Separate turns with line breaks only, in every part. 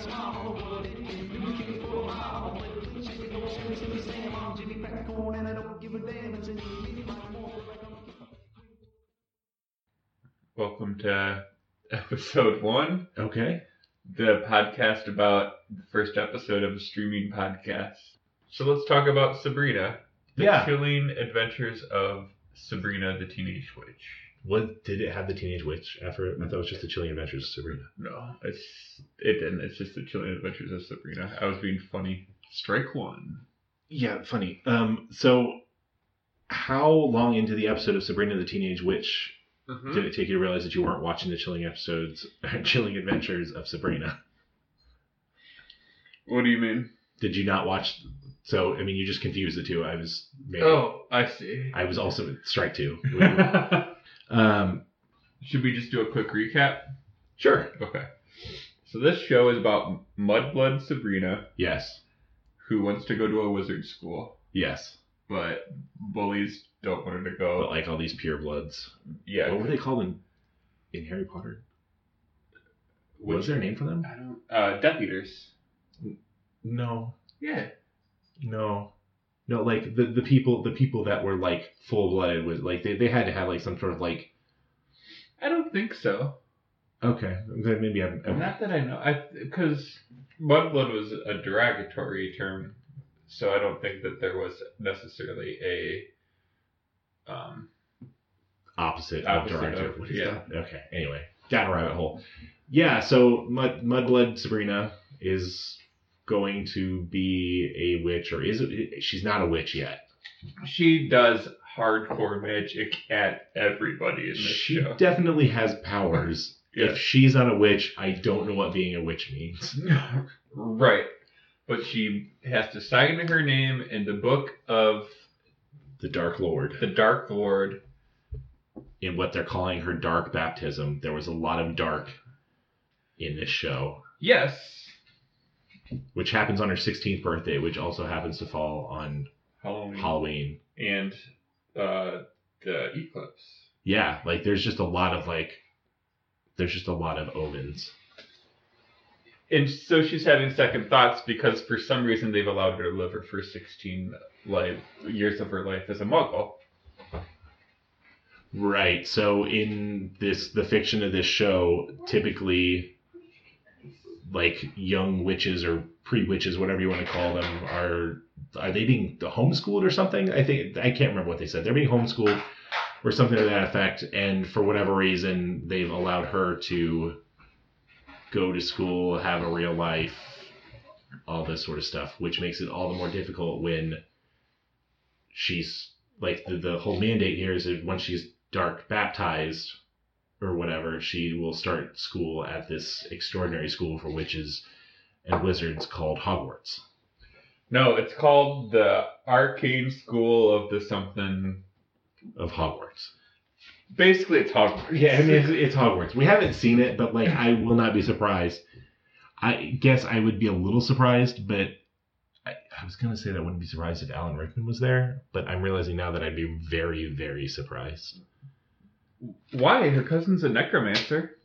small. What it is, do the kitty for a mile. Play the blue chicken, go Sammy, Sammy, Sam. I'm Jimmy Crack Corn, and I don't give a damn. It's in the mini, my more.
Welcome to episode one,
Okay.
the podcast about the first episode of a streaming podcast. So let's talk about Sabrina, the
Yeah.
chilling adventures of Sabrina the Teenage Witch.
What did it have the teenage witch after? I thought it was just the Chilling Adventures of Sabrina.
No, it's it didn't. It's just the chilling adventures of Sabrina. I was being funny. Strike one.
Yeah, funny. Um, so how long into the episode of Sabrina the Teenage Witch
Hmm?
did it take you to realize that you weren't watching the Chilling episodes, Chilling Adventures of Sabrina?
What do you mean?
Did you not watch? So I mean, you just confused the two. I was maybe,
Oh, I see.
I was also strike two.
Should
um,
we just do a quick recap?
sure.
Okay. So this show is about mudblood Sabrina
Yes.
who wants to go to a wizard school,
Yes.
but bullies don't want her to
But
go.
like all these purebloods.
Yeah.
What were they called in, in Harry Potter? What
Which-
was there a name for them?
I don't. Uh, Death Eaters.
No.
Yeah.
No. No, like the, the people the people that were like full blooded was like they, they had to have like some sort of like
I don't think so.
okay then maybe I'm, I'm-
Not that I know. I because mudblood was a derogatory term, so I don't think that there was necessarily a. Um.
opposite,
Opposite
of director.
of-
What is
yeah.
that? Okay. Anyway, down a rabbit hole. Yeah. So mud mudblood Sabrina is going to be a witch or is it? She's not a witch yet.
She does hardcore magic at everybody in this
She
show.
definitely has powers.
Yeah.
If she's not a witch, I don't know what being a witch means.
right. But she has to sign her name in the book of
The Dark Lord.
the Dark Lord.
in what they're calling her dark baptism. There was a lot of dark in this show,
Yes.
which happens on her 16th birthday, which also happens to fall on
Halloween.
Halloween.
and uh, the eclipse.
Yeah, like there's just a lot of like, there's just a lot of omens.
And so she's having second thoughts because for some reason they've allowed her to live her first 16 life, years of her life as a muggle.
Right. So in this, the fiction of this show, typically, like young witches or pre witches, whatever you want to call them, are are they being homeschooled or something? I think I can't remember what they said. They're being homeschooled or something to that effect. And for whatever reason, they've allowed her to go to school, have a real life, all this sort of stuff, which makes it all the more difficult when she's like the, the whole mandate here is that once she's dark baptized or whatever, she will start school at this extraordinary school for witches and wizards called Hogwarts.
No, it's called the Arcane School of the something.
Of Hogwarts.
Basically, it's Hogwarts.
Yeah, I mean it's, it's Hogwarts. We haven't seen it, but like I will not be surprised. I guess I would be a little surprised, but I, I was gonna say that I wouldn't be surprised if Alan Rickman was there, but I'm realizing now that I'd be very, very surprised.
Why? Her cousin's a necromancer.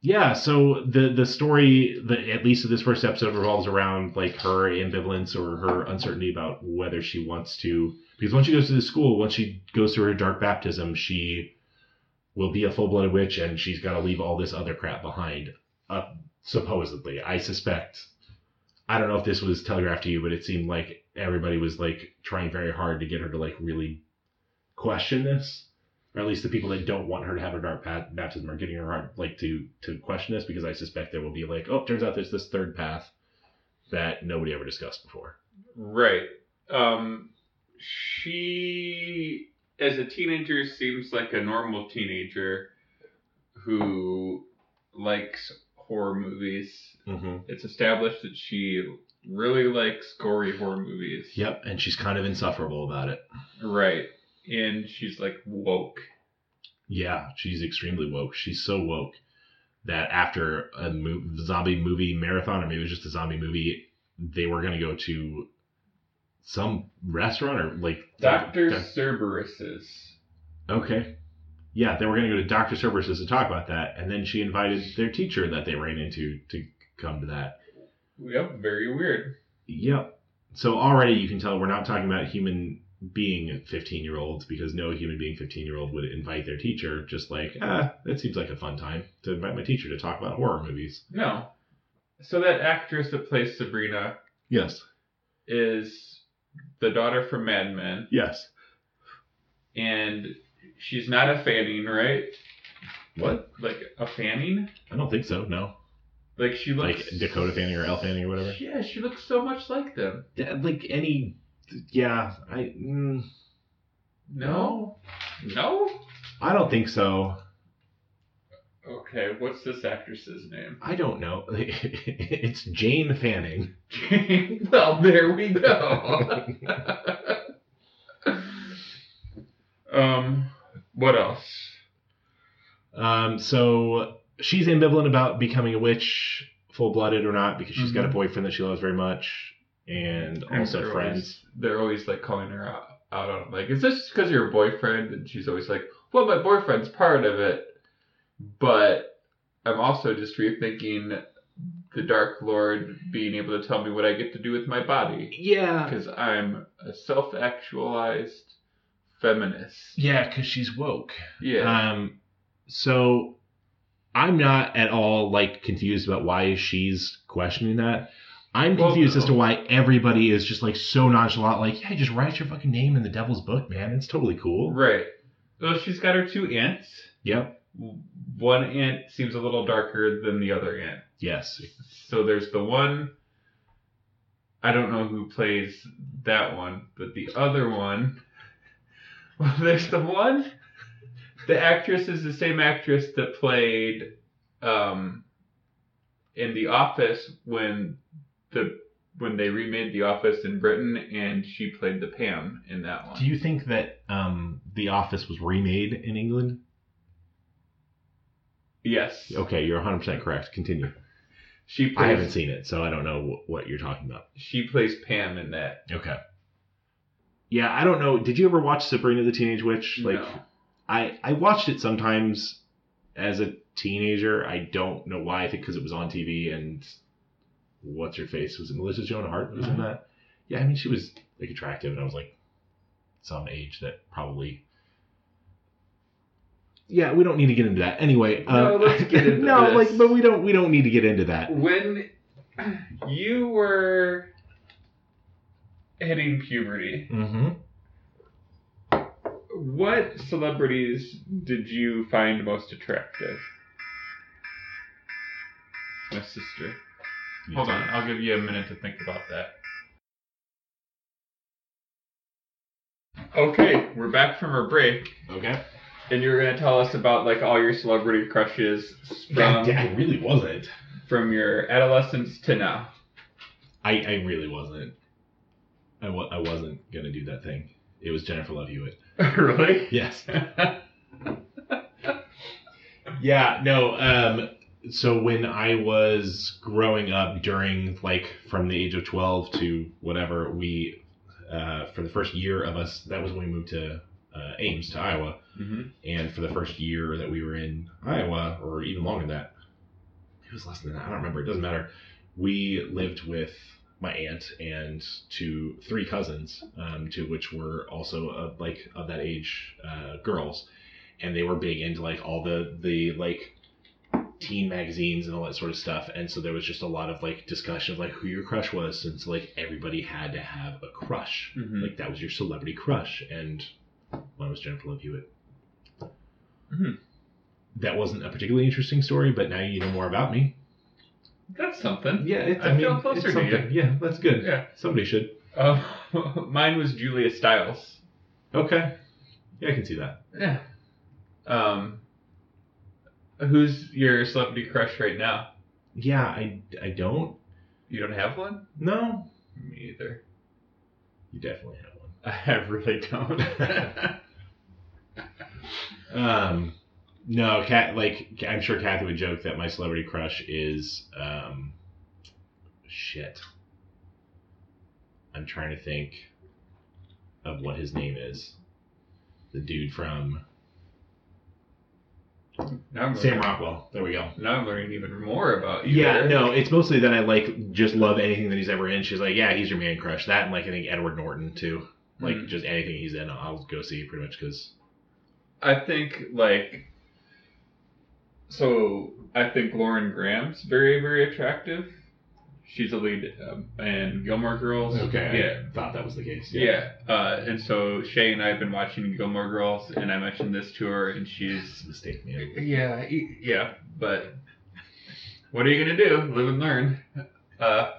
Yeah, so the the story, the, at least of this first episode, revolves around like her ambivalence or her uncertainty about whether she wants to. Because once she goes to the school, once she goes through her dark baptism, she will be a full blooded witch, and she's got to leave all this other crap behind. Uh, supposedly, I suspect. I don't know if this was telegraphed to you, but it seemed like everybody was like trying very hard to get her to like really question this or at least the people that don't want her to have her dark pat- baptism are getting her heart, like to to question this because I suspect there will be like, oh, turns out there's this third path that nobody ever discussed before.
Right. Um, she, as a teenager, seems like a normal teenager who likes horror movies.
Mm-hmm.
It's established that she really likes gory horror movies.
Yep, and she's kind of insufferable about it.
Right. And she's like woke.
Yeah, she's extremely woke. She's so woke that after a mo- zombie movie marathon, or maybe it was just a zombie movie, they were going to go to some restaurant or like
Dr. Cerberus's.
Okay. Yeah, they were going to go to Dr. Cerberus's to talk about that, and then she invited their teacher that they ran into to come to that.
Yep, very weird.
Yep. So already you can tell we're not talking about human being 15 year olds because no human being 15 year old would invite their teacher just like, ah, that seems like a fun time to invite my teacher to talk about horror movies.
No. So that actress that plays Sabrina
Yes.
is the daughter from Mad Men,
Yes.
and she's not a Fanning, right?
What?
Like a Fanning?
I don't think so. No.
Like she
Like
looks
Dakota Fanning or Elle Fanning or whatever.
Yeah, she looks so much like them.
Yeah, like any. Yeah. I. Mm,
No, no.
I don't think so.
Okay, what's this actress's name?
I don't know. it's Jane Fanning.
well, there we go. um, what else?
Um, so she's ambivalent about becoming a witch, full blooded or not, because she's got a
Mhm.
boyfriend that she loves very much, and also
they're
friends.
Always, they're always like calling her out, out on it. like, is this because of your boyfriend? And she's always like, well, my boyfriend's part of it, but I'm also just rethinking the Dark Lord being able to tell me what I get to do with my body
Yeah,
because I'm a self-actualized feminist.
yeah, because she's woke.
Yeah.
Um, so I'm not at all like confused about why she's questioning that. I'm
Well,
confused as
no.
to why everybody is just like so nonchalant, like, yeah, just write your fucking name in the devil's book, man. It's totally cool.
right. Uh, Well, she's got her two aunts.
Yep.
One ant seems a little darker than the other ant.
Yes.
So there's the one. I don't know who plays that one, but the other one. Well, there's the one. The actress is the same actress that played um, in The Office when the when they remade The Office in Britain, and she played the Pam in that one.
Do you think that um, The Office was remade in England?
yes.
Okay, you're 100% correct. Continue.
She plays,
I haven't seen it, so I don't know wh- what you're talking about.
She plays Pam in that.
Okay. Yeah, I don't know. Did you ever watch Sabrina the Teenage Witch? Like,
No.
I I watched it sometimes as a teenager. I don't know why. I think because it was on TV and what's her face was it Melissa Joan Hart that was in
Mhm.
that. Yeah, I mean she was like attractive, and I was like some age that probably. Yeah, we don't need to get into that anyway.
No,
um,
let's get into
no,
this.
like, but we don't we don't need to get into that.
when you were hitting puberty,
Mm-hmm.
what celebrities did you find most attractive? My sister. Hold on, I'll give you a minute to think about that. Okay, we're back from our break,
Okay.
and you're gonna tell us about like all your celebrity crushes
God,
from
I really wasn't.
from your adolescence to now.
I, I really wasn't. I wa- I wasn't gonna do that thing. It was Jennifer Love Hewitt.
really?
Yes. yeah. No. Um. So when I was growing up, during like from the age of twelve to whatever, we uh, for the first year of us, that was when we moved to uh, Ames to Iowa,
hmm
and for the first year that we were in Iowa, or even longer than that, it was less than that. I don't remember. It doesn't matter. We lived with my aunt and two, three cousins, um, two of which were also of like of that age uh, girls, and they were big into like all the the like teen magazines and all that sort of stuff. And so there was just a lot of like discussion of like who your crush was, since like everybody had to have a crush.
Mhm.
Like that was your celebrity crush, and mine was Jennifer Love Hewitt.
Mhm.
That wasn't a particularly interesting story, but now you know more about me.
That's something.
Yeah, it's,
I feel closer to
something. Yeah, that's good.
Yeah.
Somebody should.
Uh, mine was Julia Stiles.
Okay. Yeah, I can see that.
Yeah. Um, who's your celebrity crush right now?
Yeah, I, I don't.
You don't have one?
No.
Me either.
You definitely have one.
I really don't.
Um, no, Kat, like I'm sure Kathy would joke that my celebrity crush is um, shit. I'm trying to think of what his name is. The dude from
Now I'm
Sam
learning-
Rockwell. There we go.
Now I'm learning even more about you.
Yeah,
there.
no, it's mostly that I like just love anything that he's ever in. She's like, yeah, he's your man crush. That and like I think Edward Norton too. Like
Mm.
just anything he's in, I'll go see pretty much because
I think like so I think Lauren Graham's very very attractive. She's a lead um, in Gilmore Girls. Yeah.
I thought that was the case.
Yeah. Uh, and so Shay and I have been watching Gilmore Girls, and I mentioned this to her, and she's
It's a mistake, man.
yeah, e- yeah. But what are you gonna do? Live and learn. Uh,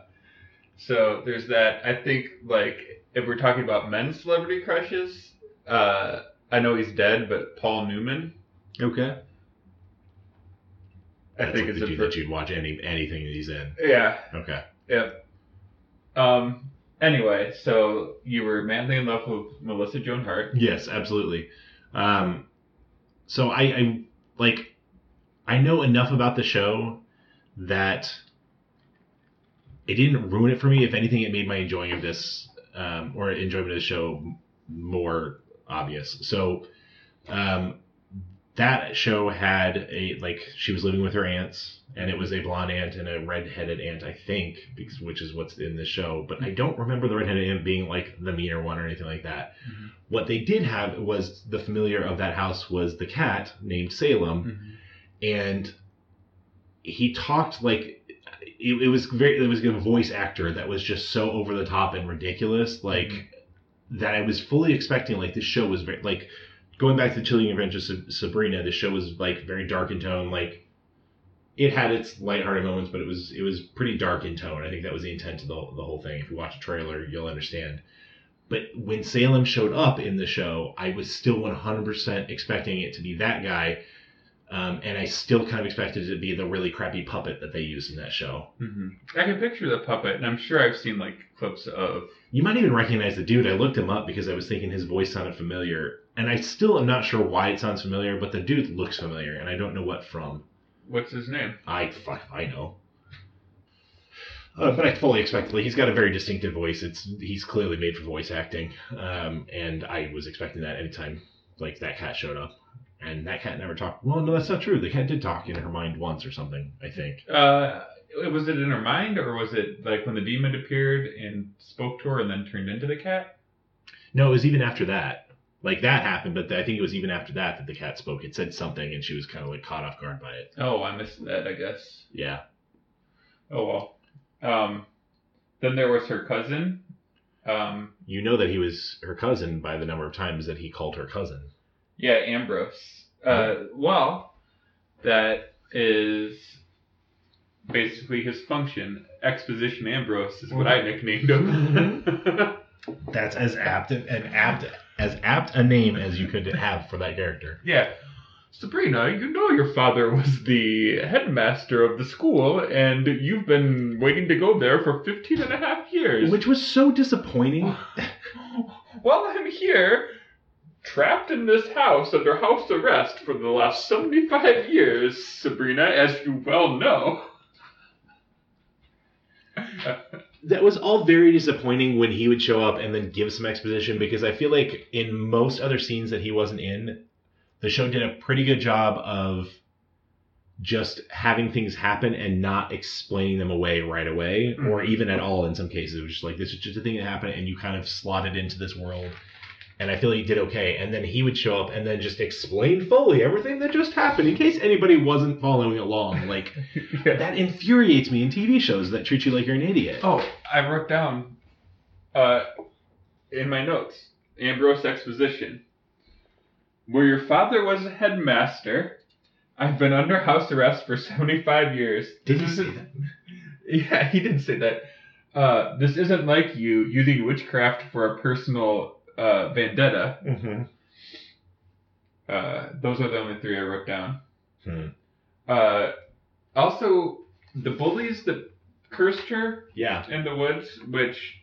so there's that. I think like if we're talking about men's celebrity crushes, uh, I know he's dead, but Paul Newman.
Okay.
I think it's
the
a
dude
ver-
that you'd watch any anything that he's in.
yeah.
Okay.
Yep. Um. Anyway, so you were madly in love with Melissa Joan Hart.
Yes, absolutely. Um, so I, I like I know enough about the show that it didn't ruin it for me. If anything, it made my enjoying of this um, or enjoyment of the show m- more obvious. So um, that show had a like she was living with her aunts, and it was a blonde aunt and a redheaded aunt, I think, because, which is what's in the show. But I don't remember the redheaded aunt being like the meaner one or anything like that.
Mhm.
What they did have was the familiar of that house was the cat named Salem and he talked like it, it was very it was a voice actor that was just so over the top and ridiculous like that i was fully expecting like this show was very like going back to the chilling adventures of sabrina the show was like very dark in tone like it had its lighthearted moments but it was it was pretty dark in tone i think that was the intent of the, the whole thing if you watch a trailer you'll understand but when salem showed up in the show i was still 100% expecting it to be that guy um, and I still kind of expected it to be the really crappy puppet that they used in that show.
hmm I can picture the puppet, and I'm sure I've seen like clips of.
You might even recognize the dude. I looked him up because I was thinking his voice sounded familiar, and I still am not sure why it sounds familiar, but the dude looks familiar, and I don't know what from.
What's his name?
I fuck, if I know. Uh, but I fully expected. Like, he's got a very distinctive voice. It's he's clearly made for voice acting, um, and I was expecting that anytime like that cat showed up, and that cat never talked. Well, no, that's not true. The cat did talk in her mind once or something. I think.
Uh, was it in her mind, or was it like when the demon appeared and spoke to her and then turned into the cat?
No, it was even after that. Like that happened, but I think it was even after that that the cat spoke. It said something, and she was kind of like caught off guard by it.
Oh, I missed that. I guess.
Yeah.
Oh well. Um, then there was her cousin. Um,
You know that he was her cousin by the number of times that he called her cousin.
yeah, Ambrose. Uh, well, that is basically his function. Exposition Ambrose is what I nicknamed him.
That's as apt an apt as apt a name as you could have for that character.
Yeah. Sabrina, you know your father was the headmaster of the school, and you've been waiting to go there for 15 and a half years.
Which was so disappointing.
While I'm here, trapped in this house under house arrest for the last 75 years, Sabrina, as you well know.
That was all very disappointing when he would show up and then give some exposition because I feel like in most other scenes that he wasn't in, the show did a pretty good job of just having things happen and not explaining them away right away or
Mhm.
even at all in some cases. It was just like this is just a thing that happened and you kind of slotted into this world. And I feel he did okay. And then he would show up and then just explain fully everything that just happened in case anybody wasn't following along. Like that infuriates me in TV shows that treat you like you're an idiot.
Oh, I wrote down uh, in my notes Ambrose exposition. Where your father was a headmaster, I've been under house arrest for 75 years.
Did he
This
say
isn't-
that?
Yeah, he did say that. Uh, this isn't like you using witchcraft for a personal uh, vendetta. Uh, those are the only three I wrote down.
Hmm.
Uh, also, the bullies that cursed her
Yeah.
in the woods, which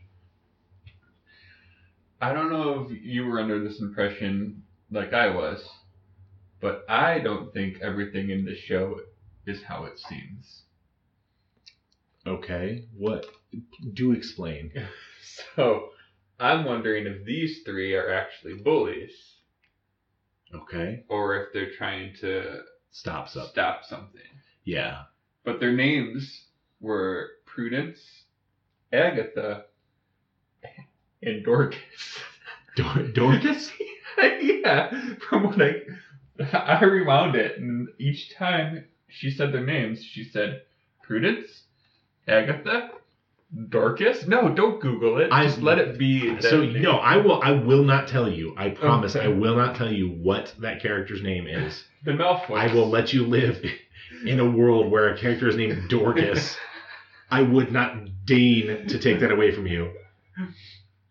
I don't know if you were under this impression like I was, but I don't think everything in this show is how it seems.
Okay. What? Do explain.
So I'm wondering if these three are actually bullies
Okay.
or if they're trying to
Stop something.
stop something.
Yeah.
But their names were Prudence, Agatha, and Dorcas.
Dor- Dorcas?
yeah, from what I I rewound it, and each time she said their names, she said Prudence, Agatha, Dorcas. No, don't Google it.
I-
Just let it be. that
so
name. Oh,
no, I will. I will not tell you. I promise.
Okay.
I will not tell you what that character's name is.
the Malfoy.
I will let you live in a world where a character is named Dorcas. I would not deign to take that away from you.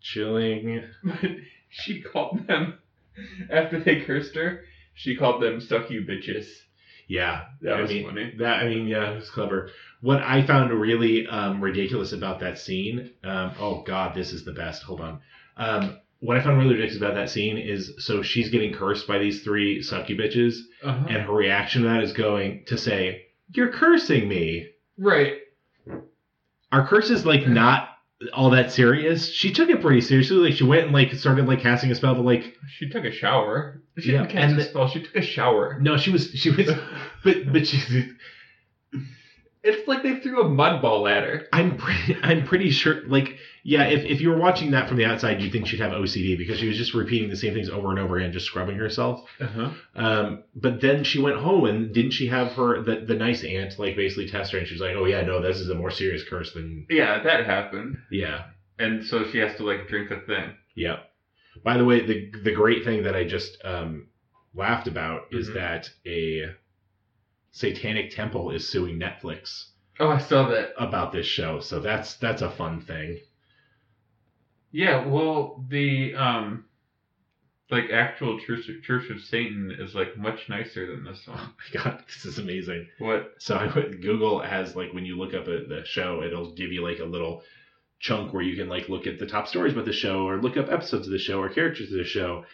Chilling.
But she called them after they cursed her. She called them "suck you bitches."
Yeah,
That
I
was
mean,
funny.
That I mean, yeah, it was clever. What I found really um, ridiculous about that scene, um, oh god, this is the best. Hold on. Um, what I found really ridiculous about that scene is so she's getting cursed by these three sucky bitches,
Uh-huh.
and her reaction to that is going to say, "You're cursing me."
right.
Our curse is like not all that serious. She took it pretty seriously. Like she went and like started like casting a spell, but like
She took a shower. She
Yeah,
didn't catch
and
a
the-
spell. She took a shower.
no, she was she was, but but she
It's like they threw a mud ball at her.
I'm pretty, I'm pretty sure like yeah if, if you were watching that from the outside you'd think she'd have OCD because she was just repeating the same things over and over again just scrubbing herself
Uh-huh.
um, but then she went home and didn't she have her the, the nice aunt like basically test her and she was like oh yeah no this is a more serious curse than
Yeah, that happened.
yeah
And so she has to like drink a thing.
yeah by the way the the great thing that I just um, laughed about is
Mhm.
that a satanic temple is suing Netflix
Oh, I saw that.
about this show so that's that's a fun thing
Yeah, well, the um, like actual Church of, Church of Satan is like much nicer than this one.
my god this is amazing
What?
So I went, Google has like when you look up a, the show, it'll give you like a little chunk where you can like look at the top stories about the show or look up episodes of the show or characters of the show.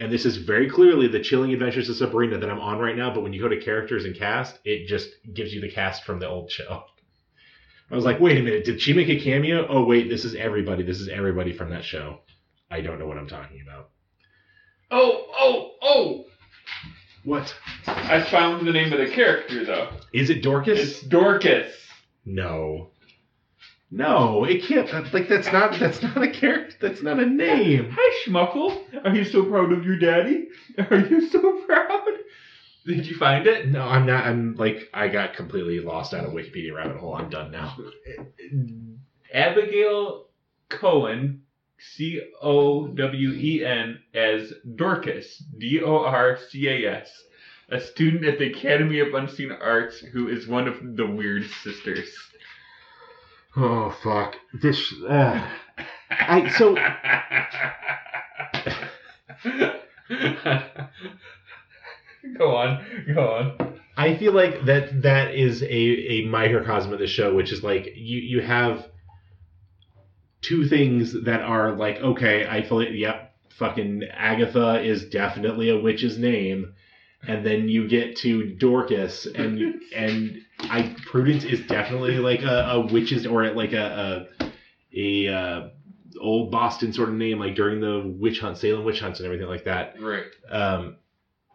And this is very clearly the Chilling Adventures of Sabrina that I'm on right now. But when you go to characters and cast, it just gives you the cast from the old show. I was like, wait a minute, did she make a cameo? Oh wait, this is everybody. This is everybody from that show. I don't know what I'm talking about.
Oh, oh, oh!
What
I found the name of the character though.
is it, Dorcas?
It's Dorcas.
No. No, it can't. that- Like that's not that's not a character. That's not a name.
Hi, Schmuckle. Are you so proud of your daddy? Are you so proud? Did you find it?
No, I'm not. I'm like I got completely lost out of Wikipedia rabbit hole. I'm done now.
Abigail Cohen, C O W E N, as Dorcas, D O R C A S, a student at the Academy of Unseen Arts who is one of the Weird Sisters.
Oh fuck this. Uh, I so
go on, go on.
I feel like that that is a a microcosm of the show, which is like you you have two things that are like okay, I feel like yep, fucking Agatha is definitely a witch's name, and then you get to Dorcas and and I Prudence is definitely like a, a witch's or like a a, a uh, old Boston sort of name, like during the witch hunt, Salem witch hunts and everything like that.
Right.
Um,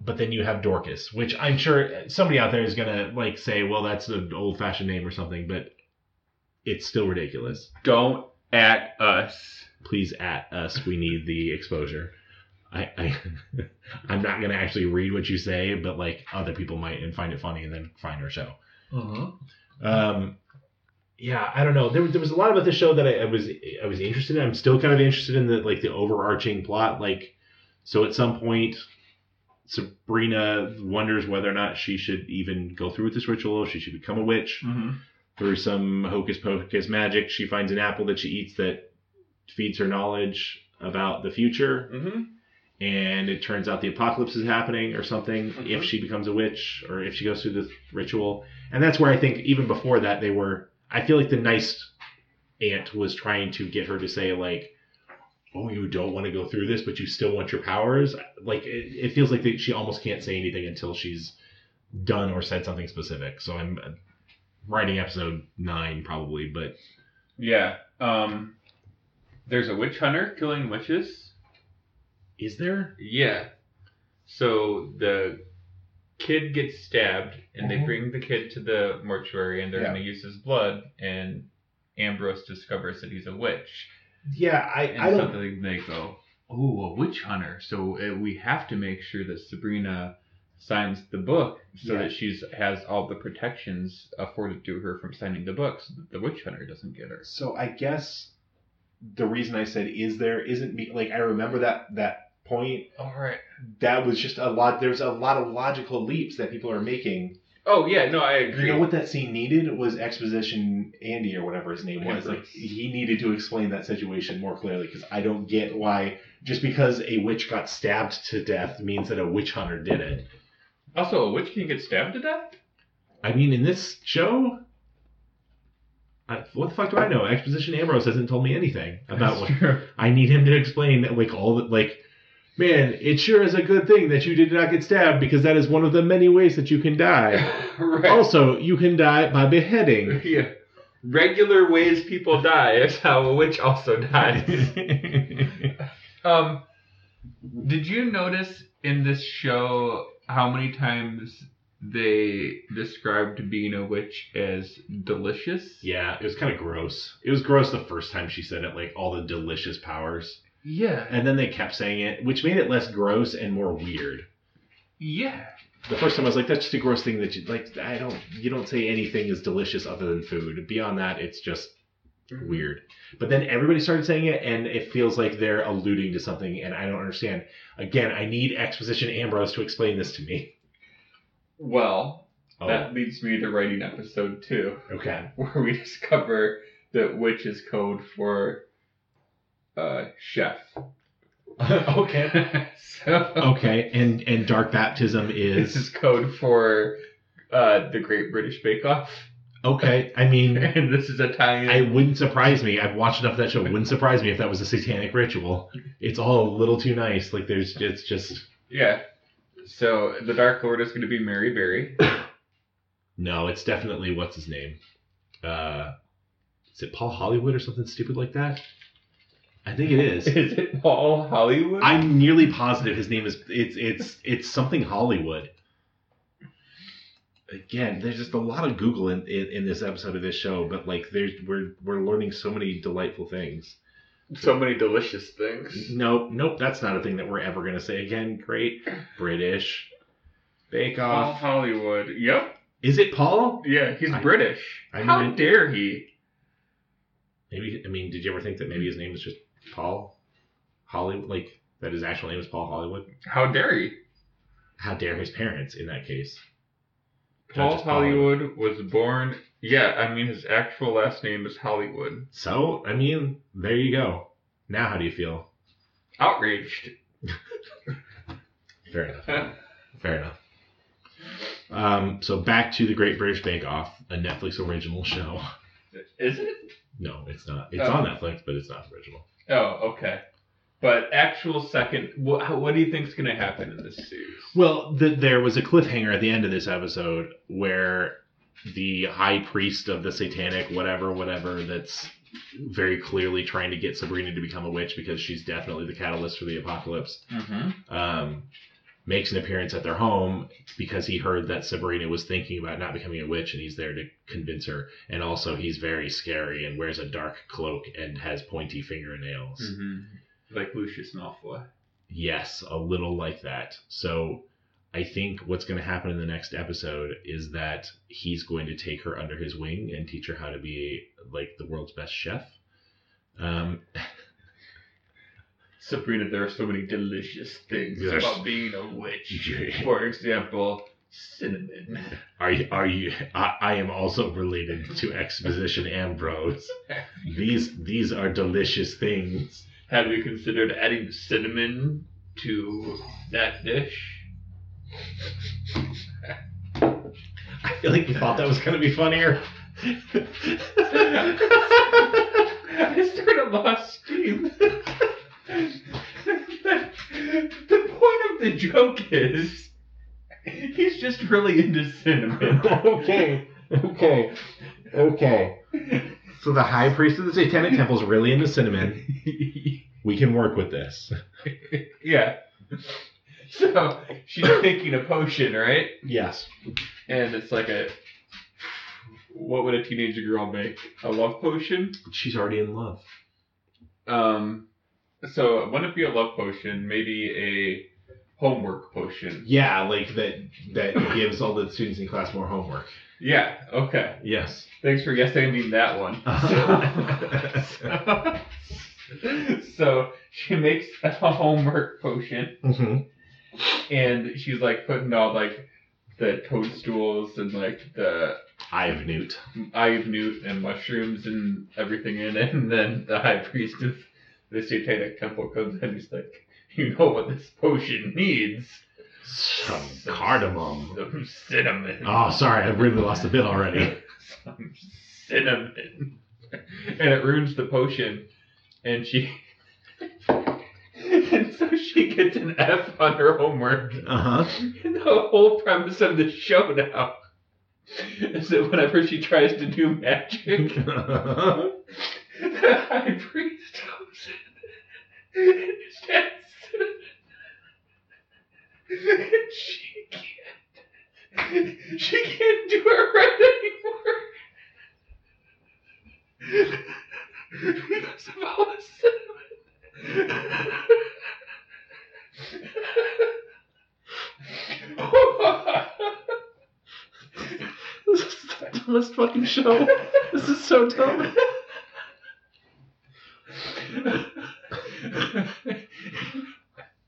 but then you have Dorcas, which I'm sure somebody out there is gonna like say, well, that's an old fashioned name or something, but it's still ridiculous.
Don't at us.
Please at us. We need the exposure. I, I I'm not gonna actually read what you say, but like other people might and find it funny and then find our show.
Uh-huh.
Um, yeah, I don't know. There, there was a lot about the show that I, I was I was interested in. I'm still kind of interested in the like the overarching plot. Like, so at some point, Sabrina wonders whether or not she should even go through with this ritual. Or she should become a witch
Mm-hmm.
through some hocus pocus magic. She finds an apple that she eats that feeds her knowledge about the future
Mm-hmm.
and it turns out the apocalypse is happening or something
Mhm.
if she becomes a witch or if she goes through the ritual. And that's where I think even before that they were I feel like the nice aunt was trying to get her to say like oh you don't want to go through this but you still want your powers like it, it feels like they, she almost can't say anything until she's done or said something specific. So I'm uh, writing episode 9 probably but
Yeah. Um, there's a witch hunter killing witches.
is there
Yeah. So the kid gets stabbed, and they
Mhm.
bring the kid to the mortuary, and they're
Yeah.
going to use his blood, and Ambrose discovers that he's a witch,
Yeah, I,
and
I don't.
suddenly they go, "Oh, a witch hunter!" So uh, we have to make sure that Sabrina signs the book so
Yeah.
that she's has all the protections afforded to her from signing the book, so that the witch hunter doesn't get her.
So I guess the reason I said is there isn't be like I remember that that point.
All right.
That was just a lot. There's a lot of logical leaps that people are making.
Oh yeah, no, I
You
agree.
know what that scene needed was exposition. Andy or whatever his name was.
Ambrose.
Like he needed to explain that situation more clearly because I don't get why just because a witch got stabbed to death means that a witch hunter did it.
Also, a witch can get stabbed to death.
I mean, in this show, I, what the fuck do I know? Exposition Ambrose hasn't told me anything about
That's
what
true.
I need him to explain like all the like man, it sure is a good thing that you did not get stabbed because that is one of the many ways that you can die.
right.
also, you can die by beheading.
yeah. Regular ways people die is how a witch also dies. um, did you notice in this show how many times they described being a witch as delicious?
yeah, it was kind of gross. It was gross the first time she said it like all the delicious powers.
Yeah.
And then they kept saying it, which made it less gross and more weird.
Yeah.
The first time I was like that's just a gross thing that you like I don't you don't say anything is delicious other than food. Beyond that, it's just weird. But then everybody started saying it, and it feels like they're alluding to something, and I don't understand. Again, I need exposition Ambrose to explain this to me.
Well,
Oh,
that leads me to writing episode two.
okay.
where we discover that witch is code for uh, chef.
okay.
so
Okay, and and dark baptism
this
is
is code for uh, the Great British Bake Off,
okay. I mean,
and this is
I
Italian.
wouldn't surprise me. I've watched enough of that show. Wouldn't surprise me if that was a satanic ritual. It's all a little too nice. Like there's, it's just
yeah. So the Dark Lord is going to be Mary Berry.
no. It's definitely what's his name. Uh, is it Paul Hollywood or something stupid like that? I think it is.
Is it Paul Hollywood?
I'm nearly positive his name is it's it's it's something Hollywood. Again, there's just a lot of Google in, in, in this episode of this show, but like there's we're we're learning so many delightful things.
so many delicious things.
Nope, nope, that's not a thing that we're ever gonna say again. Great British Bake
Paul
Off.
Hollywood. Yep.
Is it Paul?
Yeah, he's
I-
British.
I
How
mean-
dare he?
Maybe I mean, did you ever think that maybe his name was just Paul Hollywood? Like that his actual name is Paul Hollywood?
How dare he?
How dare his parents in that case?
Paul
Judges Hollywood.
Hollywood was born. Yeah, I mean his actual last name is Hollywood.
So I mean, there you go. Now how do you feel?
Outraged.
Fair enough. Fair enough. Um, so back to the Great British Bake Off, a Netflix original show.
Is it?
No, it's not. It's
Oh.
on Netflix, but it's not original.
Oh, okay. But actual second, what, what do you think's gonna happen in this series?
Well, th there was a cliffhanger at the end of this episode where the high priest of the satanic whatever whatever that's very clearly trying to get Sabrina to become a witch because she's definitely the catalyst for the apocalypse.
Mm-hmm.
um, makes an appearance at their home because he heard that Sabrina was thinking about not becoming a witch and he's there to convince her. And also, he's very scary and wears a dark cloak and has pointy fingernails.
Mm-hmm. Like Lucius Malfoy.
Yes, a little like that. So, I think what's going to happen in the next episode is that he's going to take her under his wing and teach her how to be like the world's best chef. Um,
Sabrina, there are so many delicious things
Yes.
about being a witch. For example, cinnamon.
Are you, are you? I, I am also related to exposition Ambrose. These these are delicious things.
Have you considered adding cinnamon to that dish?
I feel like you thought that was gonna be funnier.
I started lost steam. the point of the joke is he's just really into cinnamon.
okay, okay, okay. So the high priest of the satanic temple is really into cinnamon. We can work with this.
yeah. So she's making a potion, right?
Yes.
And it's like a. What would a teenager girl make? A love potion?
She's already in love.
Um, so wouldn't it be a love potion? Maybe a homework potion.
Yeah, like that that gives all the students in class more homework.
Yeah, okay.
Yes.
Thanks for guessing I mean that one.
Mm-hmm.
So, so she makes a homework potion
hmm
and she's like putting all like the toadstools and like the
Eye of Newt.
eye of newt and mushrooms and everything in it. And then the high priest of the satanic temple comes in and he's like, You know what this potion needs?
Some cardamom.
Some cinnamon.
Oh, sorry, I've really lost a bit already.
Some cinnamon. And it ruins the potion. And she. and so she gets an F on her homework.
Uh huh.
And the whole premise of the show now is that whenever she tries to do magic, the high priest comes in and just has cinnamon. And she can't. She can't do it right anymore. Because of all the cinnamon.
this is the dumbest fucking show. This is so dumb.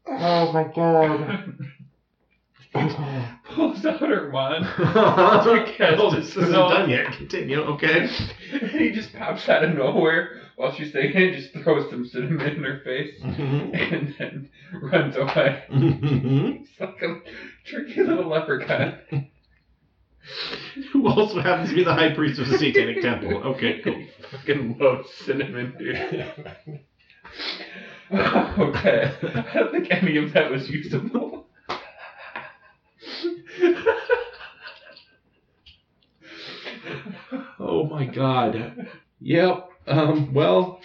Oh my god.
Pulls out her wand.
this isn't done yet. Continue, okay?
And he just pops out of nowhere while she's saying it, just throws some cinnamon in her face, and then runs away. It's like a tricky little leprechaun.
Who also happens to be the high priest of the Satanic Temple? Okay, cool.
Fucking love cinnamon, dude. okay, I don't think any of that was usable.
Oh my god. Yep. Um, well,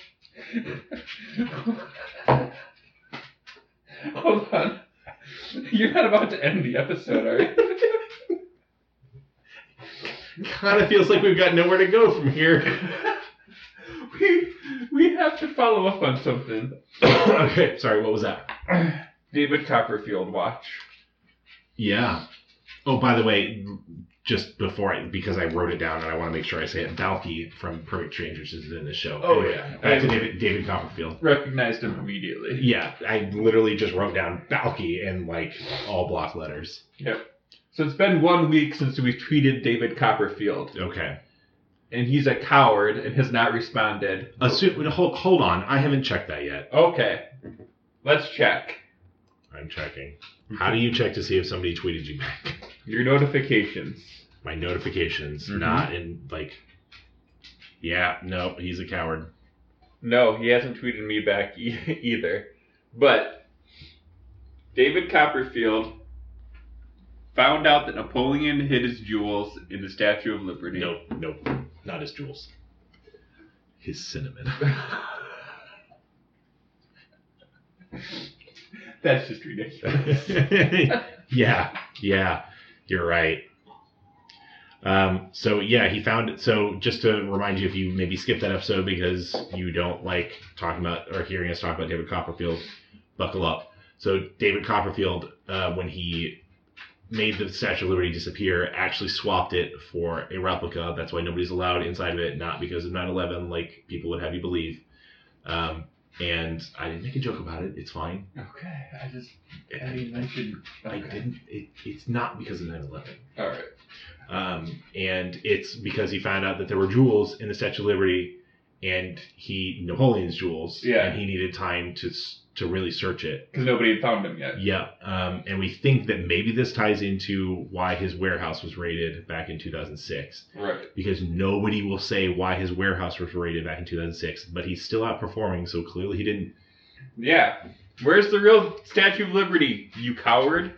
Hold on. You're not about to end the episode, are you?
kind of feels like we've got nowhere to go from here.
we, we have to follow up on something.
okay, sorry, what was that?
David Copperfield watch.
Yeah. Oh, by the way, just before I, because I wrote it down and I want to make sure I say it, Balky from Perfect Strangers is in the show.
Oh,
Anyway,
yeah.
Back to
I-
David, David Copperfield.
Recognized him immediately.
Yeah, I literally just wrote down Balky in like all block letters.
So it's been one week since we tweeted David Copperfield,
Okay.
and he's a coward and has not responded.
Assume, hold, hold on, I haven't checked that yet.
Okay, let's check
I'm checking. How do you check to see if somebody tweeted you back?
your notifications.
My notifications,
Mhm.
not in like. Mm-hmm. Yeah, no, he's a coward.
No, he hasn't tweeted me back e- either. But David Copperfield found out that Napoleon hid his jewels in the Statue of Liberty.
Nope, nope, not his jewels. His cinnamon.
That's just ridiculous.
yeah, yeah, you're right. Um, so yeah, he found it. So just to remind you, if you maybe skip that episode because you don't like talking about or hearing us talk about David Copperfield, buckle up. So David Copperfield, uh, when he made the Statue of Liberty disappear, actually swapped it for a replica. That's why nobody's allowed inside of it, not because of 9/11, like people would have you believe. Um, and I didn't make a joke about it. It's fine.
okay, I just I mean I should
I didn't. It, it's not because of 9 11.
All right.
Um, and it's because he found out that there were jewels in the Statue of Liberty and he, Napoleon's jewels.
Yeah.
And he needed time to, s- to really search it.
Because nobody had found him yet.
Yeah. Um, and we think that maybe this ties into why his warehouse was raided back in 2006
Right.
because nobody will say why his warehouse was raided back in 2006, but he's still outperforming. So clearly he didn't.
Yeah. Where's the real Statue of Liberty, you coward?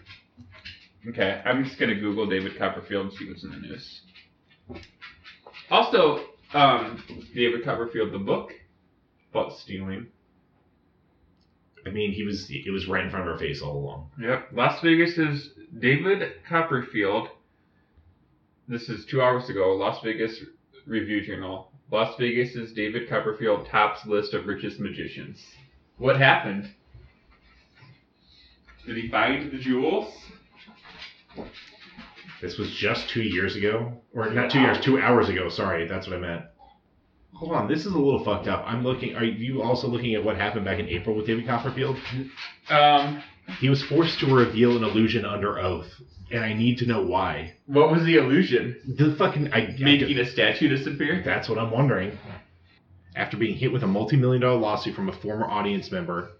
Okay, I'm just gonna Google David Copperfield and see what's in the news. Also, um, David Copperfield, the book about stealing.
I mean, he was it was right in front of our face all along.
Yep. Las Vegas is David Copperfield. This is two hours ago. Las Vegas Review Journal. Las Vegas is David Copperfield tops list of richest magicians. What happened? Did he find the jewels?
This was just two years ago, or not two years, two hours ago. Sorry, that's what I meant. Hold on, this is a little fucked up. I'm looking. Are you also looking at what happened back in April with David Copperfield?
Um,
He was forced to reveal an illusion under oath, and I need to know why.
what was the illusion?
The fucking I,
Making a statue disappear?
That's what I'm wondering. After being hit with a multi million dollar lawsuit from a former audience member,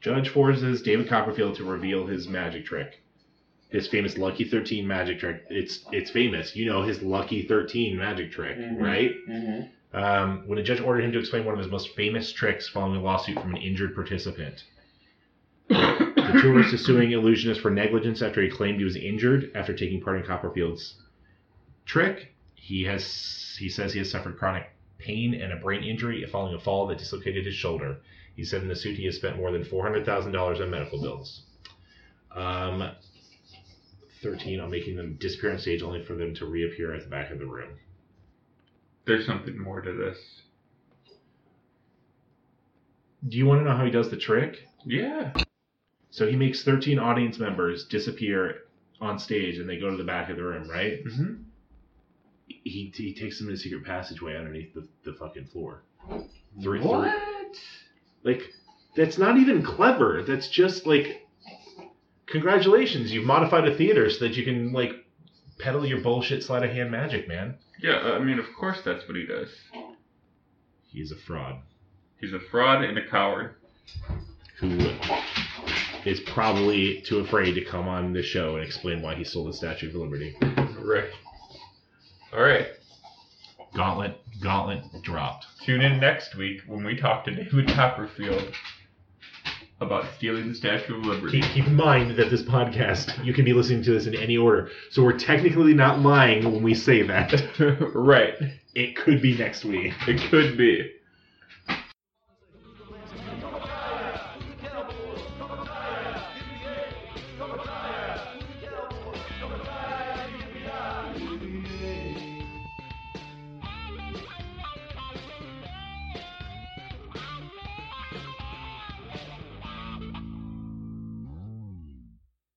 Judge forces David Copperfield to reveal his magic trick. His famous Lucky 13 magic trick. It's it's famous. You know his Lucky 13 magic trick,
Mhm.
right?
Mm-hmm.
Um, when a judge ordered him to explain one of his most famous tricks following a lawsuit from an injured participant. The tourist is suing illusionist for negligence after he claimed he was injured after taking part in Copperfield's trick. He has he says he has suffered chronic pain and a brain injury following a fall that dislocated his shoulder. He said in the suit he has spent more than four hundred thousand dollars on medical bills. Um, thirteen on making them disappear on stage only for them to reappear at the back of the room.
There's something more to this.
Do you want to know how he does the trick?
Yeah.
So he makes 13 audience members disappear on stage and they go to the back of the room, right?
Mm-hmm.
He, he takes them in a secret passageway underneath the, the fucking floor. Three,
What?
three- Like, that's not even clever. That's just like, congratulations, you've modified a theater so that you can, like, peddle your bullshit sleight of hand magic, man.
Yeah, I mean, of course that's what he does.
He's a fraud
He's a fraud and a coward.
who is probably too afraid to come on the show and explain why he stole the Statue of Liberty.
Right. All right.
Gauntlet, gauntlet dropped.
Tune in next week when we talk to David Copperfield about stealing the Statue of Liberty.
Keep, keep in mind that this podcast, you can be listening to this in any order. So we're technically not lying when we say that.
right.
It could be next week.
It could be.